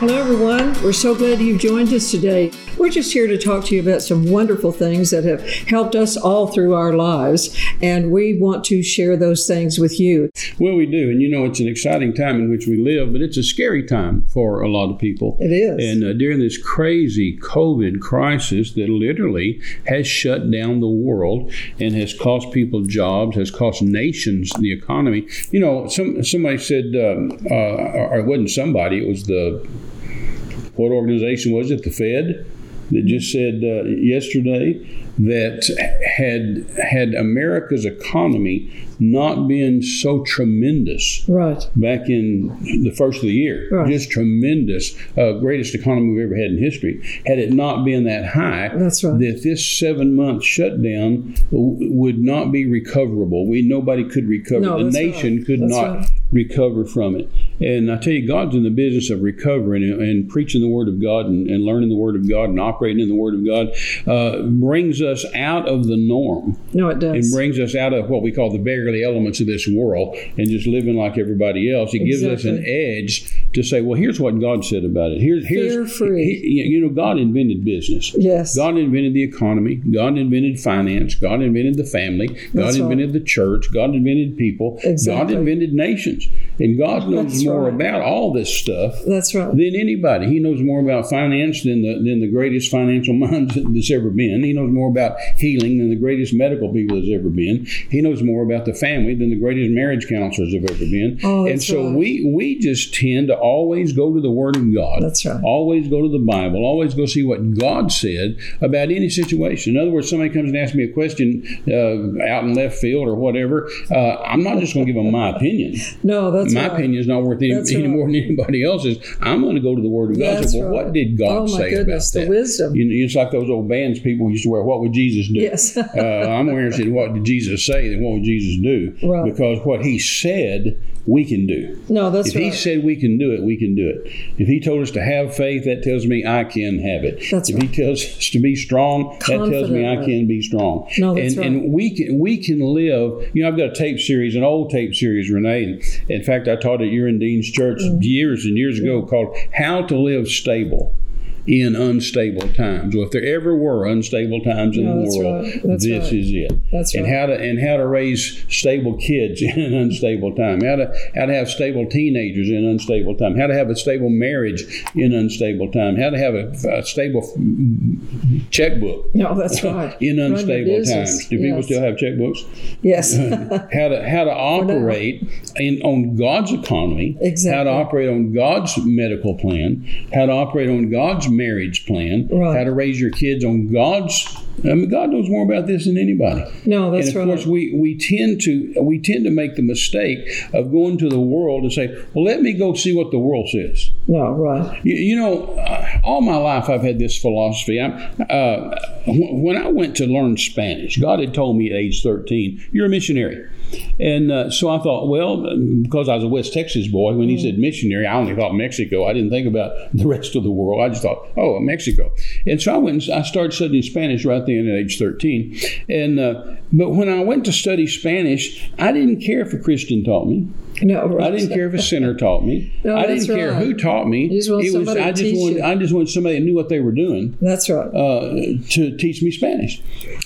Hello, everyone. We're so glad you've joined us today. We're just here to talk to you about some wonderful things that have helped us all through our lives, and we want to share those things with you. Well, we do. And you know, it's an exciting time in which we live, but it's a scary time for a lot of people. It is. And uh, during this crazy COVID crisis that literally has shut down the world and has cost people jobs, has cost nations the economy. You know, some somebody said, um, uh, or it wasn't somebody, it was the what organization was it? The Fed that just said uh, yesterday that had had America's economy not been so tremendous Right. back in the first of the year, Right. just tremendous, uh, greatest economy we've ever had in history. Had it not been that high, That's right. That this seven month shutdown w- would not be recoverable. We nobody could recover. No, the that's nation right. could That's not right. recover from it. And I tell you, God's in the business of recovering and, and preaching the Word of God and, and learning the Word of God and operating in the Word of God uh, brings us out of the norm No, it does. and brings us out of what we call the beggarly elements of this world and just living like everybody else. It gives us an edge to say, well, here's what God said about it. Here's here's Fear-free. he- you know, God invented business. yes. God invented the economy. God invented finance. God invented the family. God That's right. invented the church. God invented people. Exactly. God invented nations. And God knows That's more right. about all this stuff That's right. than anybody. He knows more about finance than the than the greatest financial minds that's ever been. He knows more about healing than the greatest medical people that's ever been. He knows more about the family than the greatest marriage counselors have ever been. Oh, and that's so right. we we just tend to always go to the Word of God. That's right. Always go to the Bible. Always go see what God said about any situation. In other words, somebody comes and asks me a question uh, out in left field or whatever. Uh, I'm not just going to give them my opinion no, that's my right. opinion is not worth any, That's any right. more than anybody else's. I'm going to go to the Word of God. and That's say, well, right. what did Oh, God my say goodness, the about that? wisdom. You know, it's like those old bands people used to wear. What would Jesus do? Yes. uh, I'm more interested in what did Jesus say than what would Jesus do, Right. because what He said we can do. No, that's If right. he said we can do it, we can do it. If he told us to have faith, that tells me I can have it. That's if right. he tells us to be strong, that tells me I Confidently. can be strong. No, that's and, right. and we can we can live. You know, I've got a tape series, an old tape series, Renee. In fact, I taught at Urine Dean's Church Mm. years and years ago called "How to Live Stable." In unstable times. Well, if there ever were unstable times in No, the that's world, right. That's this right. is it that's right. and how to and how to raise stable kids in an unstable time. How to how to have stable teenagers in an unstable time. How to have a stable marriage in an unstable time. How to have a, a stable f- checkbook no, that's right. in Run your unstable business. times. Do people Yes. still have checkbooks? Yes. how to how to operate in on God's economy, how Exactly. to operate on God's medical plan, how to operate on God's marriage plan, Right. how to raise your kids on God's. I mean, God knows more about this than anybody. no, that's and of right. course, we, we tend to we tend to make the mistake of going to the world and say, "Well, let me go see what the world says." no, right. You, you know, uh, all my life I've had this philosophy. I'm, uh, wh- when I went to learn Spanish, God had told me at age 13, you're a missionary. And uh, so I thought, well, um, because I was a West Texas boy, when he said missionary, I only thought Mexico. I didn't think about the rest of the world. I just thought, oh, Mexico. And so I went and I started studying Spanish right then at age 13. And uh, But when I went to study Spanish, I didn't care if a Christian taught me. No, right. I didn't care if a sinner taught me. No, I didn't that's care right. who taught me. You just want somebody I to just teach wanted you. I just wanted somebody who knew what they were doing That's right. uh, to teach me Spanish.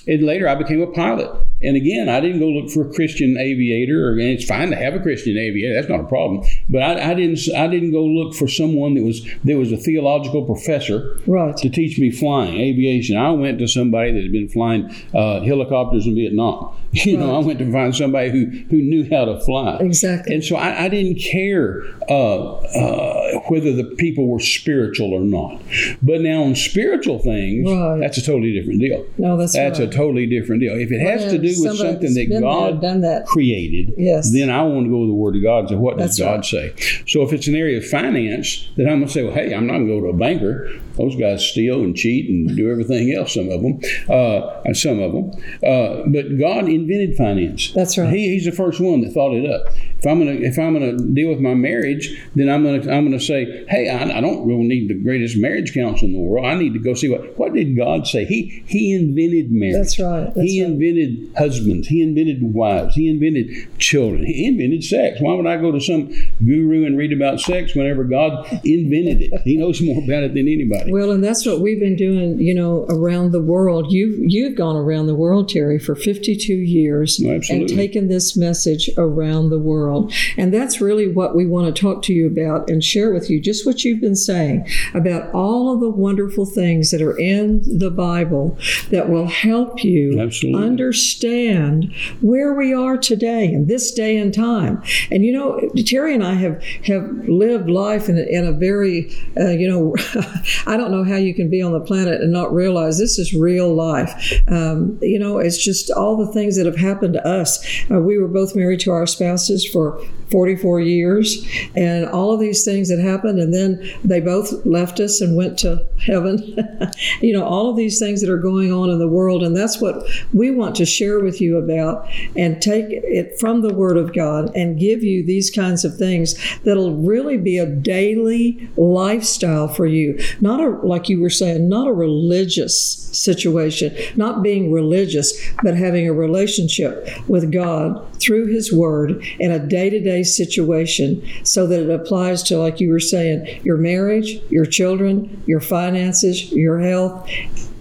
And later I became a pilot. And again, I didn't go look for a Christian aviator, or, and it's fine to have a Christian aviator. That's not a problem. But I, I didn't. I didn't go look for someone that was that was a theological professor right. to teach me flying, aviation. I went to somebody that had been flying uh, helicopters in Vietnam. You know, I went to find somebody who, who knew how to fly. Exactly. And so I, I didn't care uh, uh, whether the people were spiritual or not. But now on spiritual things, Right. that's a totally different deal. no, that's, That's right. a totally different deal. If it has to do with Somebody something that's that been there, God done that. created, Yes. then I want to go to the Word of God and say, what That's does God say? So if it's an area of finance, then I'm going to say, well, hey, I'm not going to go to a banker. Those guys steal and cheat and do everything else, some of them. Uh, some of them. Uh, but God invented finance. That's right. He, he's the first one that thought it up. If I'm gonna if I'm gonna deal with my marriage, then I'm gonna I'm gonna say, hey, I, I don't really need the greatest marriage counsel in the world. I need to go see what what did God say? He he invented marriage. That's right, that's he right. invented husbands. He invented wives. He invented children. He invented sex. Why would I go to some guru and read about sex whenever God invented it? He knows more about it than anybody. Well, and that's what we've been doing, you know, around the world. You've you've gone around the world, Terry, for 52 years, Oh, Absolutely. and taken this message around the world. And that's really what we want to talk to you about and share with you just what you've been saying about all of the wonderful things that are in the Bible that will help you Absolutely. understand where we are today in this day and time. And you know, Terry and I have have lived life in a, in a very, uh, you know, I don't know how you can be on the planet and not realize this is real life. Um, you know, it's just all the things that have happened to us. Uh, we were both married to our spouses for 44 years, and all of these things that happened, and then they both left us and went to heaven. you know, all of these things that are going on in the world, and that's what we want to share with you about and take it from the Word of God and give you these kinds of things that'll really be a daily lifestyle for you. Not a, like you were saying, not a religious situation, not being religious, but having a relationship with God through His Word in a day to day situation so that it applies to, like you were saying, your marriage, your children, your finances, your health,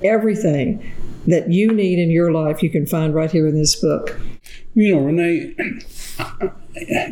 everything that you need in your life you can find right here in this book. You know, Renee,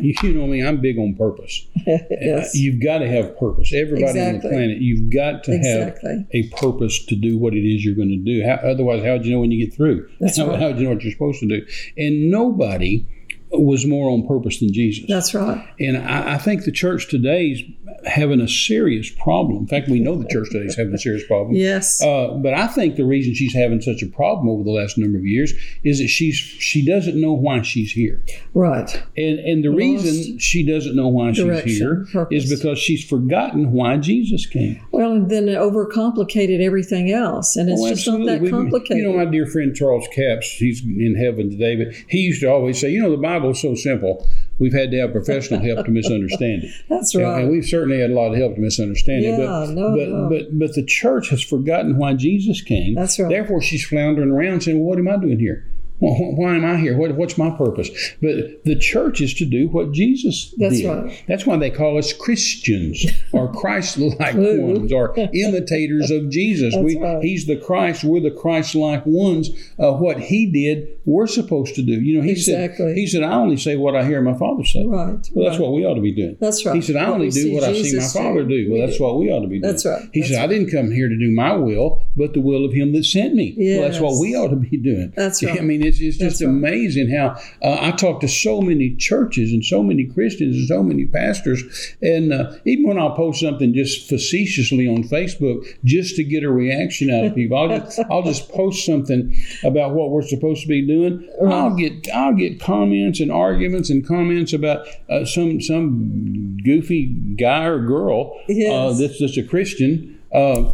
you know me, I'm big on purpose. Yes. You've got to have purpose. Everybody on the Exactly. planet, you've got to have Exactly. a purpose to do what it is you're going to do. How, otherwise, how would you know when you get through? That's how, right. how would you know what you're supposed to do? And nobody was more on purpose than Jesus. That's right. And I, I think the church today's having a serious problem. In fact, we know the church today's having a serious problem. Yes. Uh, but I think the reason she's having such a problem over the last number of years is that she's she doesn't know why she's here, right. and and the reason she doesn't know why she's Direction, here is purpose. because she's forgotten why Jesus came. Well, and then it overcomplicated everything else, and it's Oh, just not absolutely. that We- complicated. You know, my dear friend Charles Capps, he's in heaven today, but he used to always say, "You know, the Bible's so simple. We've had to have professional help to misunderstand it." That's And- right. And we've certainly had a lot of help to misunderstand it. But, Yeah, no, but, no. but but the church has forgotten why Jesus came. That's right. Therefore, she's floundering around saying, well, "What am I doing here? Well, wh- why am I here? What, what's my purpose?" But the church is to do what Jesus That's did. right. That's why they call us Christians or Christ-like Ooh. ones or imitators of Jesus. we, right. He's the Christ. We're the Christ-like ones. Uh, what He did, we're supposed to do. You know, He Exactly. said, "He said, I only say what I hear my Father say." right. Well, that's right. what we ought to be doing. That's right. He said, I What only we do see what I see my Jesus Father do. Well, that's what we ought to be doing. That's right. He That's said, I didn't come here to do my will, but the will of Him that sent me. Well, that's what Yes. we ought to be doing. That's right. I mean, it's, it's just That's right. amazing how uh, I talk to so many churches and so many Christians and so many pastors. And uh, even when I'll post something just facetiously on Facebook just to get a reaction out of people, I'll just, I'll just post something about what we're supposed to be doing. I'll get I'll get comments and arguments and comments about uh, some some goofy guy or girl uh, Yes. that's just a Christian. Uh,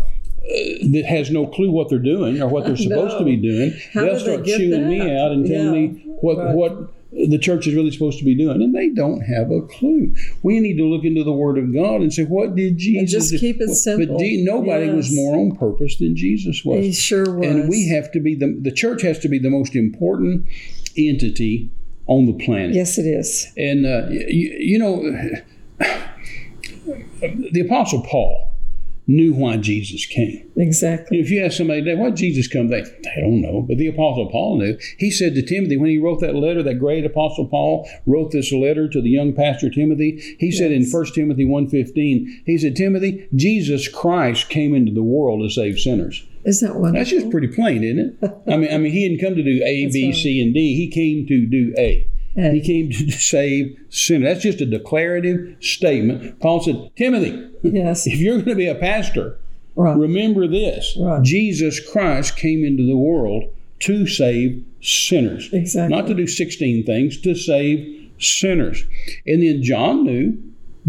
that has no clue what they're doing or what they're supposed to be doing. How They'll did they start get chewing that? me out and telling Yeah, me what right. what the church is really supposed to be doing, and they don't have a clue. We need to look into the Word of God and say, "What did Jesus?" just do?" keep it But simple. Je- nobody was Yes. more on purpose than Jesus was. He sure was. And we have to be the the church has to be the most important entity on the planet. Yes, it is. And uh, y- y- you know, the Apostle Paul knew why Jesus came. Exactly. If you ask somebody today, why did Jesus come? They, they don't know. But the Apostle Paul knew. He said to Timothy, when he wrote that letter, that great Apostle Paul wrote this letter to the young pastor Timothy. He said in 1 Timothy 1.15, he said, Timothy, Jesus Christ came into the world to save sinners. Isn't that That's wonderful? just pretty plain, isn't it? I mean, I mean, he didn't come to do A, B, C, and D. He came to do A. A. He came to save sinners. That's just a declarative statement. Paul said, Timothy, Yes. if you're going to be a pastor, Right. Remember this Right. Jesus Christ came into the world to save sinners. Exactly. Not to do 16 things, to save sinners. And then John knew.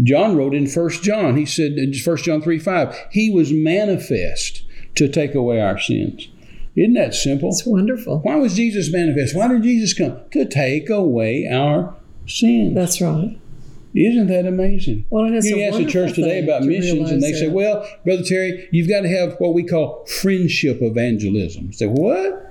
John wrote in 1 John, he said, 1 John 3 5, he was manifest to take away our sins. Isn't that simple? It's wonderful. Why was Jesus manifest? Why did Jesus come? To take away our sins. That's right. Isn't that amazing? Well, and it's you a ask the church wonderful today thing about to missions, and realize they say, that. "Well, Brother Terry, you've got to have what we call friendship evangelism." I say what?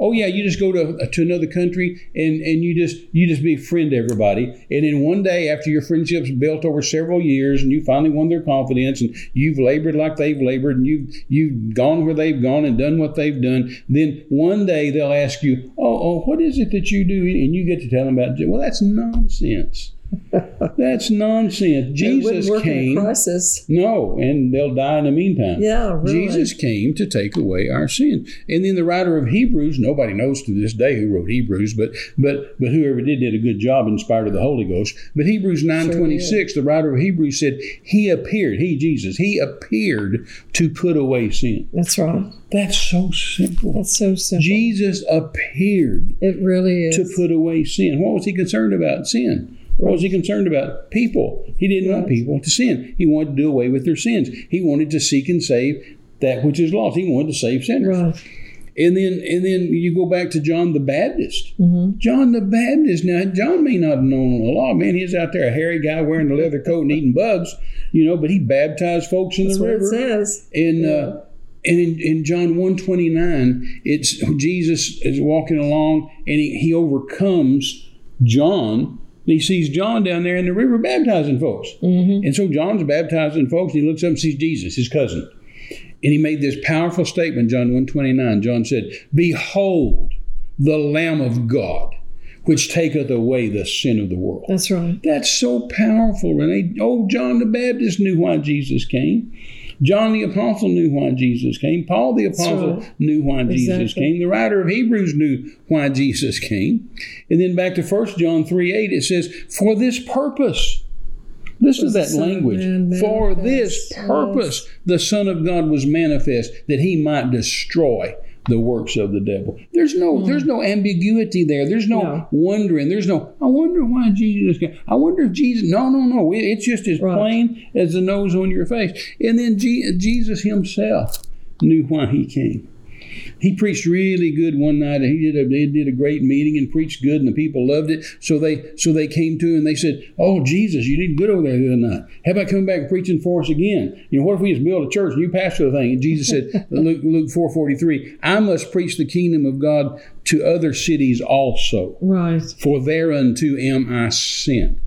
oh yeah, you just go to to another country and and you just you just befriend everybody, and then one day after your friendship's built over several years, and you finally won their confidence, and you've labored like they've labored, and you've you've gone where they've gone and done what they've done, then one day they'll ask you, "Oh, oh, what is it that you do?" And you get to tell them about, it. well, that's nonsense. That's nonsense. It wouldn't Jesus work in a came. crisis. No, and they'll die in the meantime. Yeah, really. Jesus came to take away our sin. And then the writer of Hebrews, nobody knows to this day who wrote Hebrews, but but but whoever did did a good job inspired of the Holy Ghost. But Hebrews 9:26, the writer of Hebrews said, "He appeared, he Jesus, he appeared to put away sin." That's right. That's so simple. That's so simple. Jesus appeared it really is. to put away sin. What was he concerned about? Sin. What was he concerned about? People. He didn't want people to sin. He wanted to do away with their sins. He wanted to seek and save that which is lost. He wanted to save sinners. right. And then and then you go back to John the Baptist. Mm-hmm. John the Baptist. Now John may not have known the law. Man, he's out there a hairy guy wearing a leather coat and eating bugs, you know, but he baptized folks in That's the what it river. says. And uh, and in, in John 129, it's Jesus is walking along and he, he overcomes John. He sees John down there in the river baptizing folks. Mm-hmm. And so John's baptizing folks, and he looks up and sees Jesus, his cousin. And he made this powerful statement, John 129. John said, Behold the Lamb of God, which taketh away the sin of the world. That's right. That's so powerful, Renee. Oh, John the Baptist knew why Jesus came. John the Apostle knew why Jesus came. Paul the Apostle right. knew why Jesus Exactly. came. The writer of Hebrews knew why Jesus came. And then back to 1 John 3 8, it says, For this purpose. Listen to Was the that Son of language. Man For this manifest. purpose, the Son of God was manifest that he might destroy the works of the devil. There's no there's no ambiguity there. There's no, No. wondering. There's no I wonder why Jesus came. I wonder if Jesus no no no It- it's just as Right. plain as the nose on your face. And then Je- Jesus himself knew why he came. He preached really good one night. and He did a he did a great meeting and preached good, and the people loved it. So they so they came to him and they said, "Oh Jesus, you did good over there the other night. How about coming back and preaching for us again? You know, what if we just build a church and you pastor the thing?" And Jesus said, Luke Luke four forty three, I must preach the kingdom of God to other cities also, Right. for thereunto am I sent.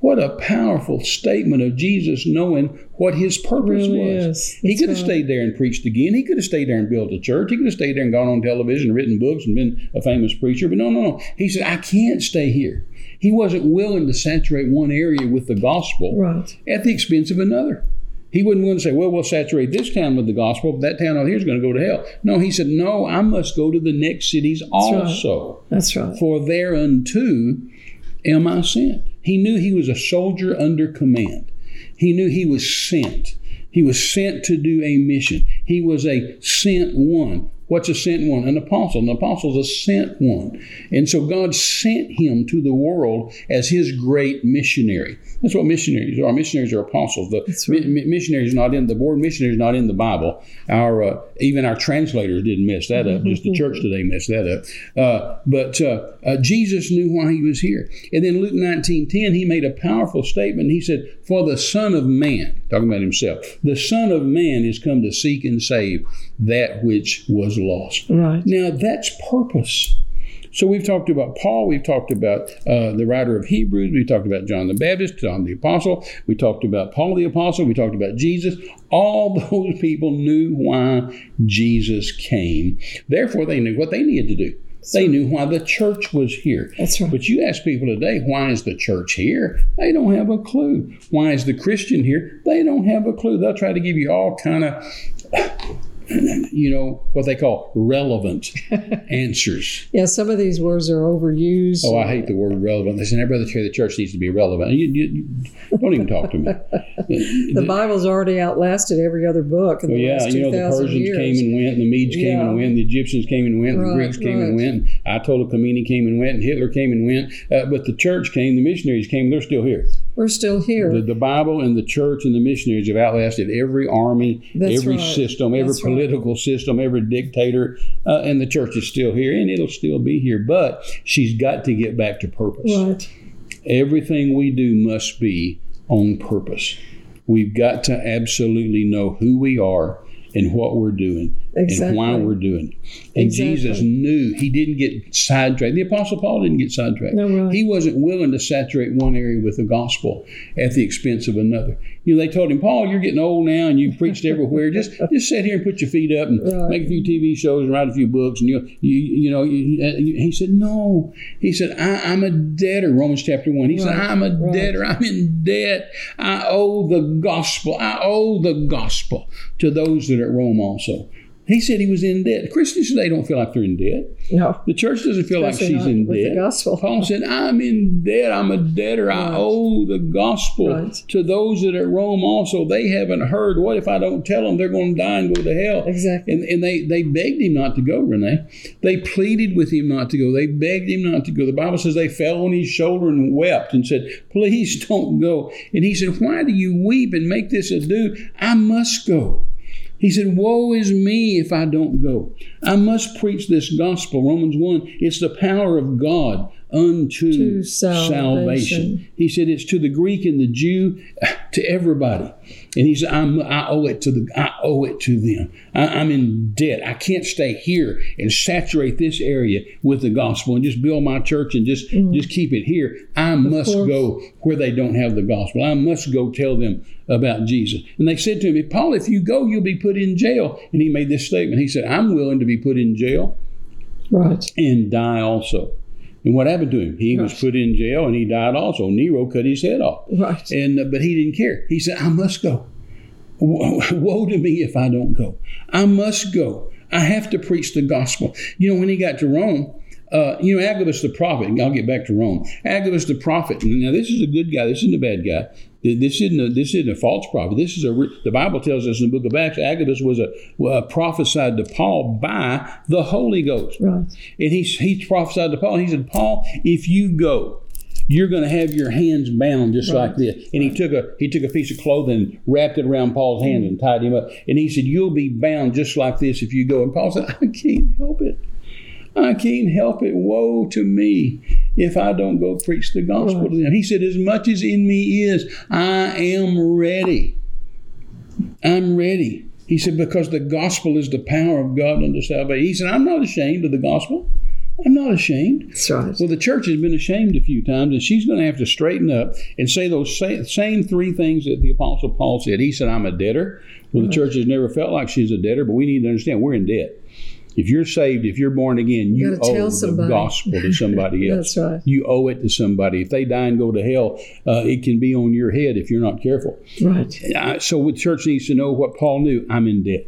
What a powerful statement of Jesus knowing what his purpose Really was. is. He That's could have right. stayed there and preached again. He could have stayed there and built a church. He could have stayed there and gone on television, and written books, and been a famous preacher. But no, no, no. He said, I can't stay here. He wasn't willing to saturate one area with the gospel Right. at the expense of another. He wouldn't want to say, well, we'll saturate this town with the gospel, but that town over here is going to go to hell. No, he said, no, I must go to the next cities right. also That's right. for thereunto am I sent. He knew he was a soldier under command. He knew he was sent. He was sent to do a mission. He was a sent one. What's a sent one? An apostle. An apostle's a sent one. And so God sent him to the world as his great missionary. That's what missionaries are. Missionaries are apostles. The That's right. mi- mi- missionary is not in the word missionary is not in the Bible. Our uh, even our translators didn't mess that up. Just the church today messed that up. Uh, but uh, uh, Jesus knew why he was here. And then Luke nineteen ten, he made a powerful statement. He said, "For the Son of Man, talking about himself, the Son of Man is come to seek and save that which was lost." Right. Now that's purpose. So we've talked about Paul, we've talked about uh, the writer of Hebrews, we talked about John the Baptist, John the Apostle, we talked about Paul the Apostle, we talked about Jesus. All those people knew why Jesus came. Therefore, they knew what they needed to do. They knew why the church was here. That's right. But you ask people today, why is the church here? They don't have a clue. Why is the Christian here? They don't have a clue. They'll try to give you all kind of, you know, what they call relevant answers. Yeah, some of these words are overused. Oh, I hate the word relevant. They say, "Now, brother Terry, the church needs to be relevant." You, you, you- don't even talk to me. the Bible's already outlasted every other book in the Oh, yeah, last you know, the 2,000 Persians years. came and went, and the Medes came Yeah. and went, and the Egyptians came and went, and the Right, Greeks came and right. went, Ayatollah Khomeini came and went, and Hitler came and went. Uh, but the church came, the missionaries came, they're still here. We're still here. The, the Bible and the church and the missionaries have outlasted every army, That's every right. system, every That's right. political system, every dictator, uh, and the church is still here, and it'll still be here. But she's got to get back to purpose. right. Everything we do must be on purpose. We've got to absolutely know who we are and what we're doing Exactly. and why we're doing it. And Exactly. Jesus knew he didn't get sidetracked. The Apostle Paul didn't get sidetracked. No, really. He wasn't willing to saturate one area with the gospel at the expense of another. You know, they told him, Paul, you're getting old now and you've preached everywhere. just just sit here and put your feet up and Right. make a few TV shows and write a few books. And you you, you know, you, uh, you, he said, no. He said, I, I'm a debtor, Romans chapter 1. He said, Right. I'm a Right. debtor. I'm in debt. I owe the gospel. I owe the gospel to those that are at Rome also. He said he was in debt. Christians today don't feel like they're in debt. No. The church doesn't feel like Especially she's not in with the debt. gospel. Paul said, I'm in debt. I'm a debtor. I Right. owe the gospel Right. to those that are at Rome also. They haven't heard. What if I don't tell them they're going to die and go to hell? Exactly. And, and they, they begged him not to go, Renee. They pleaded with him not to go. They begged him not to go. The Bible says they fell on his shoulder and wept and said, Please don't go. And he said, Why do you weep and make this ado? I must go. He said, Woe is me if I don't go. I must preach this gospel. Romans 1 It's the power of God unto To salvation. salvation. He said, It's to the Greek and the Jew, to everybody. And he said, I'm, I owe it to the, I owe it to them. I, I'm in debt. I can't stay here and saturate this area with the gospel and just build my church and just, just keep it here. I must course. go where they don't have the gospel. I must go tell them about Jesus. And they said to him, Paul, if you go, you'll be put in jail. And he made this statement. He said, I'm willing to be put in jail Right. and die also. And what happened to him? He was put in jail and he died also. Nero cut his head off. Right. And uh, but he didn't care. He said, "I must go. Wo- Woe to me if I don't go. I must go. I have to preach the gospel." You know, when he got to Rome, uh, you know, Agabus the prophet. and I'll get back to Rome. Agabus the prophet. and Now, this is a good guy. This isn't a bad guy. Th- This isn't a, this isn't a false prophet. This is a re- the Bible tells us in the book of Acts. Agabus was a uh, prophesied to Paul by the Holy Ghost. Right. And he, he prophesied to Paul. He said, Paul, if you go, you're going to have your hands bound just like this. And he took a he took a piece of clothing, wrapped it around Paul's hands, and tied him up. And he said, "You'll be bound just like this if you go." And Paul said, "I can't help it. I can't help it. Woe to me if I don't go preach the gospel to them." He said, "As much as in me is, I am ready. I'm ready." He said, "Because the gospel is the power of God unto salvation." He said, "I'm not ashamed of the gospel. I'm not ashamed." That's right. Well, the church has been ashamed a few times, and she's going to have to straighten up and say those sa- same three things that the Apostle Paul said. He said, I'm a debtor. Well, the church has never felt like she's a debtor, but we need to understand we're in debt. If you're saved, if you're born again, you, gotta tell owe the somebody. gospel to somebody else. That's right. You owe it to somebody. If they die and go to hell, uh, it can be on your head if you're not careful. Right. I, so the church needs to know what Paul knew. I'm in debt.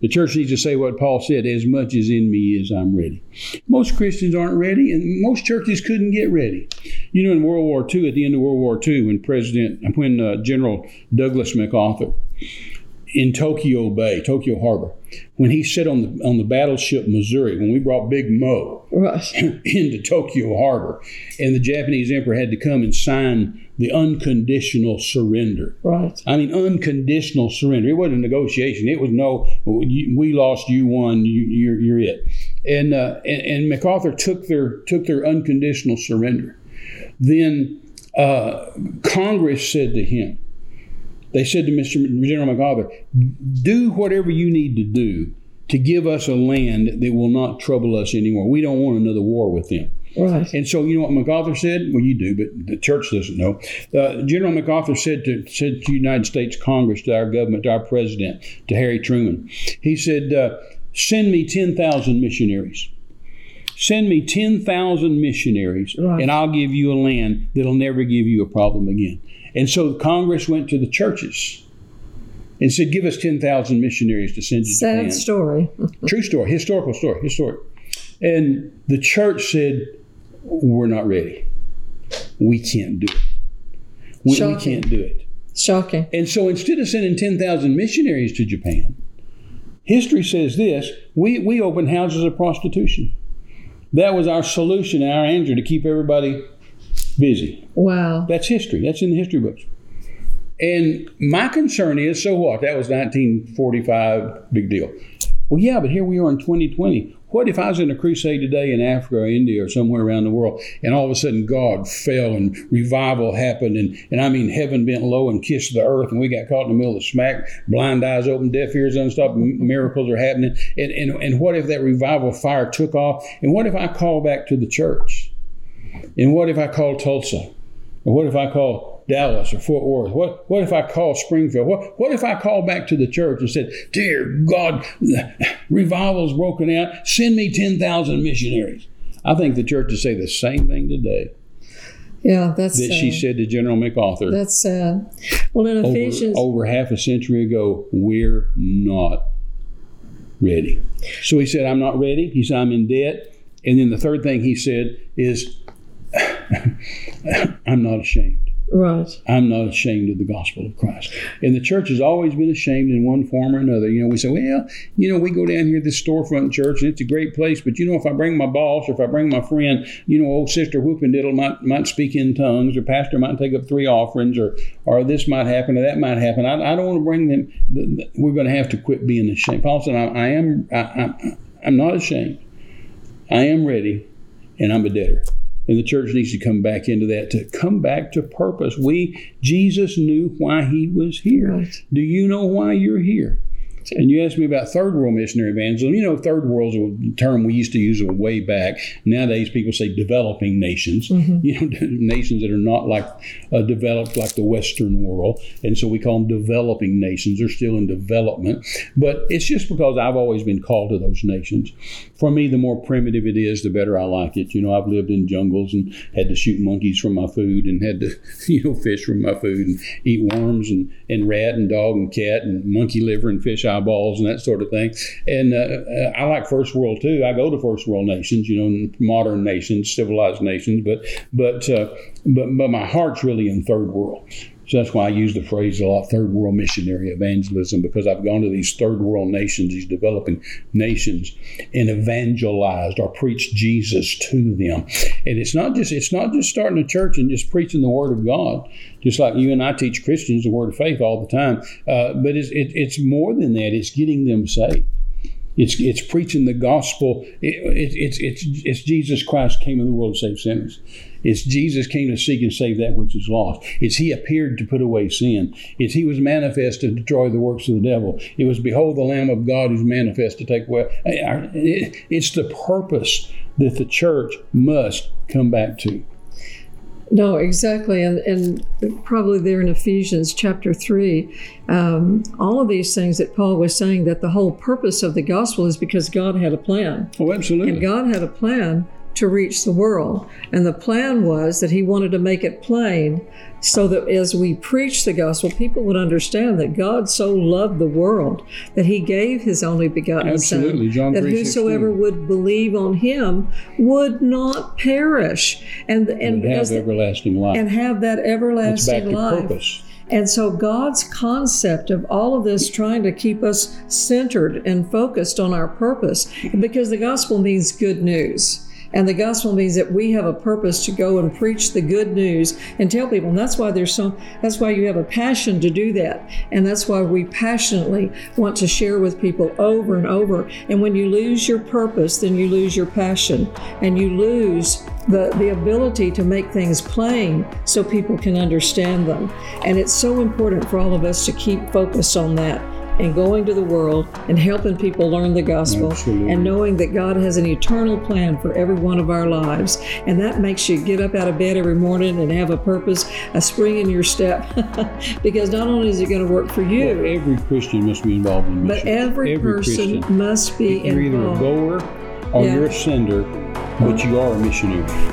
The church needs to say what Paul said: "As much as in me is, I'm ready." Most Christians aren't ready, and most churches couldn't get ready. You know, in World War II, at the end of World War II, when President, when uh, General Douglas MacArthur in Tokyo Bay, Tokyo Harbor, when he sat on the on the battleship Missouri, when we brought Big Mo, Right. into Tokyo Harbor, and the Japanese emperor had to come and sign the unconditional surrender. Right. I mean, unconditional surrender. It wasn't a negotiation. It was no, you- we lost, you won, you, you're, you're it. And, uh, and and MacArthur took their took their unconditional surrender. Then uh, Congress said to him, they said to Mr. General MacArthur, do whatever you need to do to give us a land that will not trouble us anymore. We don't want another war with them. Right. And so, you know what MacArthur said? Well, you do, but the church doesn't know. Uh, General MacArthur said to said to United States Congress, to our government, to our president, to Harry Truman. He said, uh, "Send me ten thousand missionaries. Send me ten thousand missionaries, Right. and I'll give you a land that'll never give you a problem again." And so, Congress went to the churches and said, "Give us ten thousand missionaries to send to Japan." Sad story. True story, historical story, historic. And the church said, "We're not ready. We can't do it. We, we Shocking. can't do it." Shocking. And so, instead of sending ten thousand missionaries to Japan, history says this: we we opened houses of prostitution. That was our solution, our answer to keep everybody busy. Wow. That's history. That's in the history books. And my concern is, so what? That was 1945, big deal. Well, yeah, but here we are in 2020. What if I was in a crusade today in Africa or India or somewhere around the world, and all of a sudden God fell and revival happened, and, and I mean heaven bent low and kissed the earth, and we got caught in the middle of smack, blind eyes open, deaf ears unstopped, m- miracles are happening. And, and, and what if that revival fire took off? And what if I call back to the church? And what if I call Tulsa? And what if I call Dallas or Fort Worth? What what if I call Springfield? What what if I call back to the church and said, "Dear God, revival's broken out. Send me ten thousand missionaries." I think the church would say the same thing today Yeah, that's that she sad. said to General MacArthur That's sad. Well, in over, Ephesians, over half a century ago. We're not ready. So he said, "I'm not ready." He said, "I'm in debt." And then the third thing he said is, "I'm not ashamed." right? I'm not ashamed of the gospel of Christ. And the church has always been ashamed in one form or another. You know, we say, well, you know, we go down here to this storefront church and it's a great place, but you know, if I bring my boss or if I bring my friend, you know, old sister whooping diddle might, might speak in tongues or pastor might take up three offerings or, or this might happen or that might happen. I, I don't want to bring them. th- th- We're going to have to quit being ashamed. Paul said, I, I am, I, I, I'm not ashamed. I am ready and I'm a debtor. And the church needs to come back into that to come back to purpose. We Jesus knew why he was here. Right. Do you know why you're here? And you asked me about third world missionary evangelism. You know, third world is a term we used to use way back. Nowadays, people say developing nations. You know, nations that are not like uh, developed like the Western world, and so we call them developing nations. They're still in development, but it's just because I've always been called to those nations. For me, the more primitive it is, the better I like it. You know, I've lived in jungles and had to shoot monkeys for my food, and had to you know fish for my food, and eat worms and and rat and dog and cat and monkey liver and fish eyeballs and that sort of thing. And uh, uh, I like first world too. I go to first world nations, you know, modern nations, civilized nations, but but uh, but but my heart's really in third world. So that's why I use the phrase a lot, third world missionary evangelism, because I've gone to these third world nations, these developing nations, and evangelized or preached Jesus to them. And it's not just it's not just starting a church and just preaching the word of God, just like you and I teach Christians the word of faith all the time. Uh, but it's it, it's more than that. It's getting them saved. It's it's preaching the gospel. It, it, it's it's it's Jesus Christ came in the world to save sinners. It's Jesus came to seek and save that which is lost. It's He appeared to put away sin. It's He was manifest to destroy the works of the devil. It was behold the Lamb of God who's manifest to take away. It- It's the purpose that the church must come back to. No, exactly. And, and probably there in Ephesians chapter 3, um, all of these things that Paul was saying that the whole purpose of the gospel is because God had a plan. Oh, absolutely. And God had a plan to reach the world. And the plan was that He wanted to make it plain so that as we preach the gospel, people would understand that God so loved the world that He gave His only begotten Absolutely, Son. John that 3:16. whosoever would believe on Him would not perish. And, and, and have as the- everlasting life. and have that it's back everlasting to life. purpose. And so God's concept of all of this trying to keep us centered and focused on our purpose, because the gospel means good news. And the gospel means that we have a purpose to go and preach the good news and tell people. And that's why there's so that's why you have a passion to do that. And that's why we passionately want to share with people over and over. And when you lose your purpose, then you lose your passion and you lose the, the ability to make things plain so people can understand them. And it's so important for all of us to keep focused on that and going to the world and helping people learn the gospel Absolutely. and knowing that God has an eternal plan for every one of our lives. And that makes you get up out of bed every morning and have a purpose, a spring in your step, because not only is it going to work for you, Well, every Christian must be involved in but mission. every, person Christian. must be You're either a involved. goer or Yeah. you're a sender, but you are a missionary.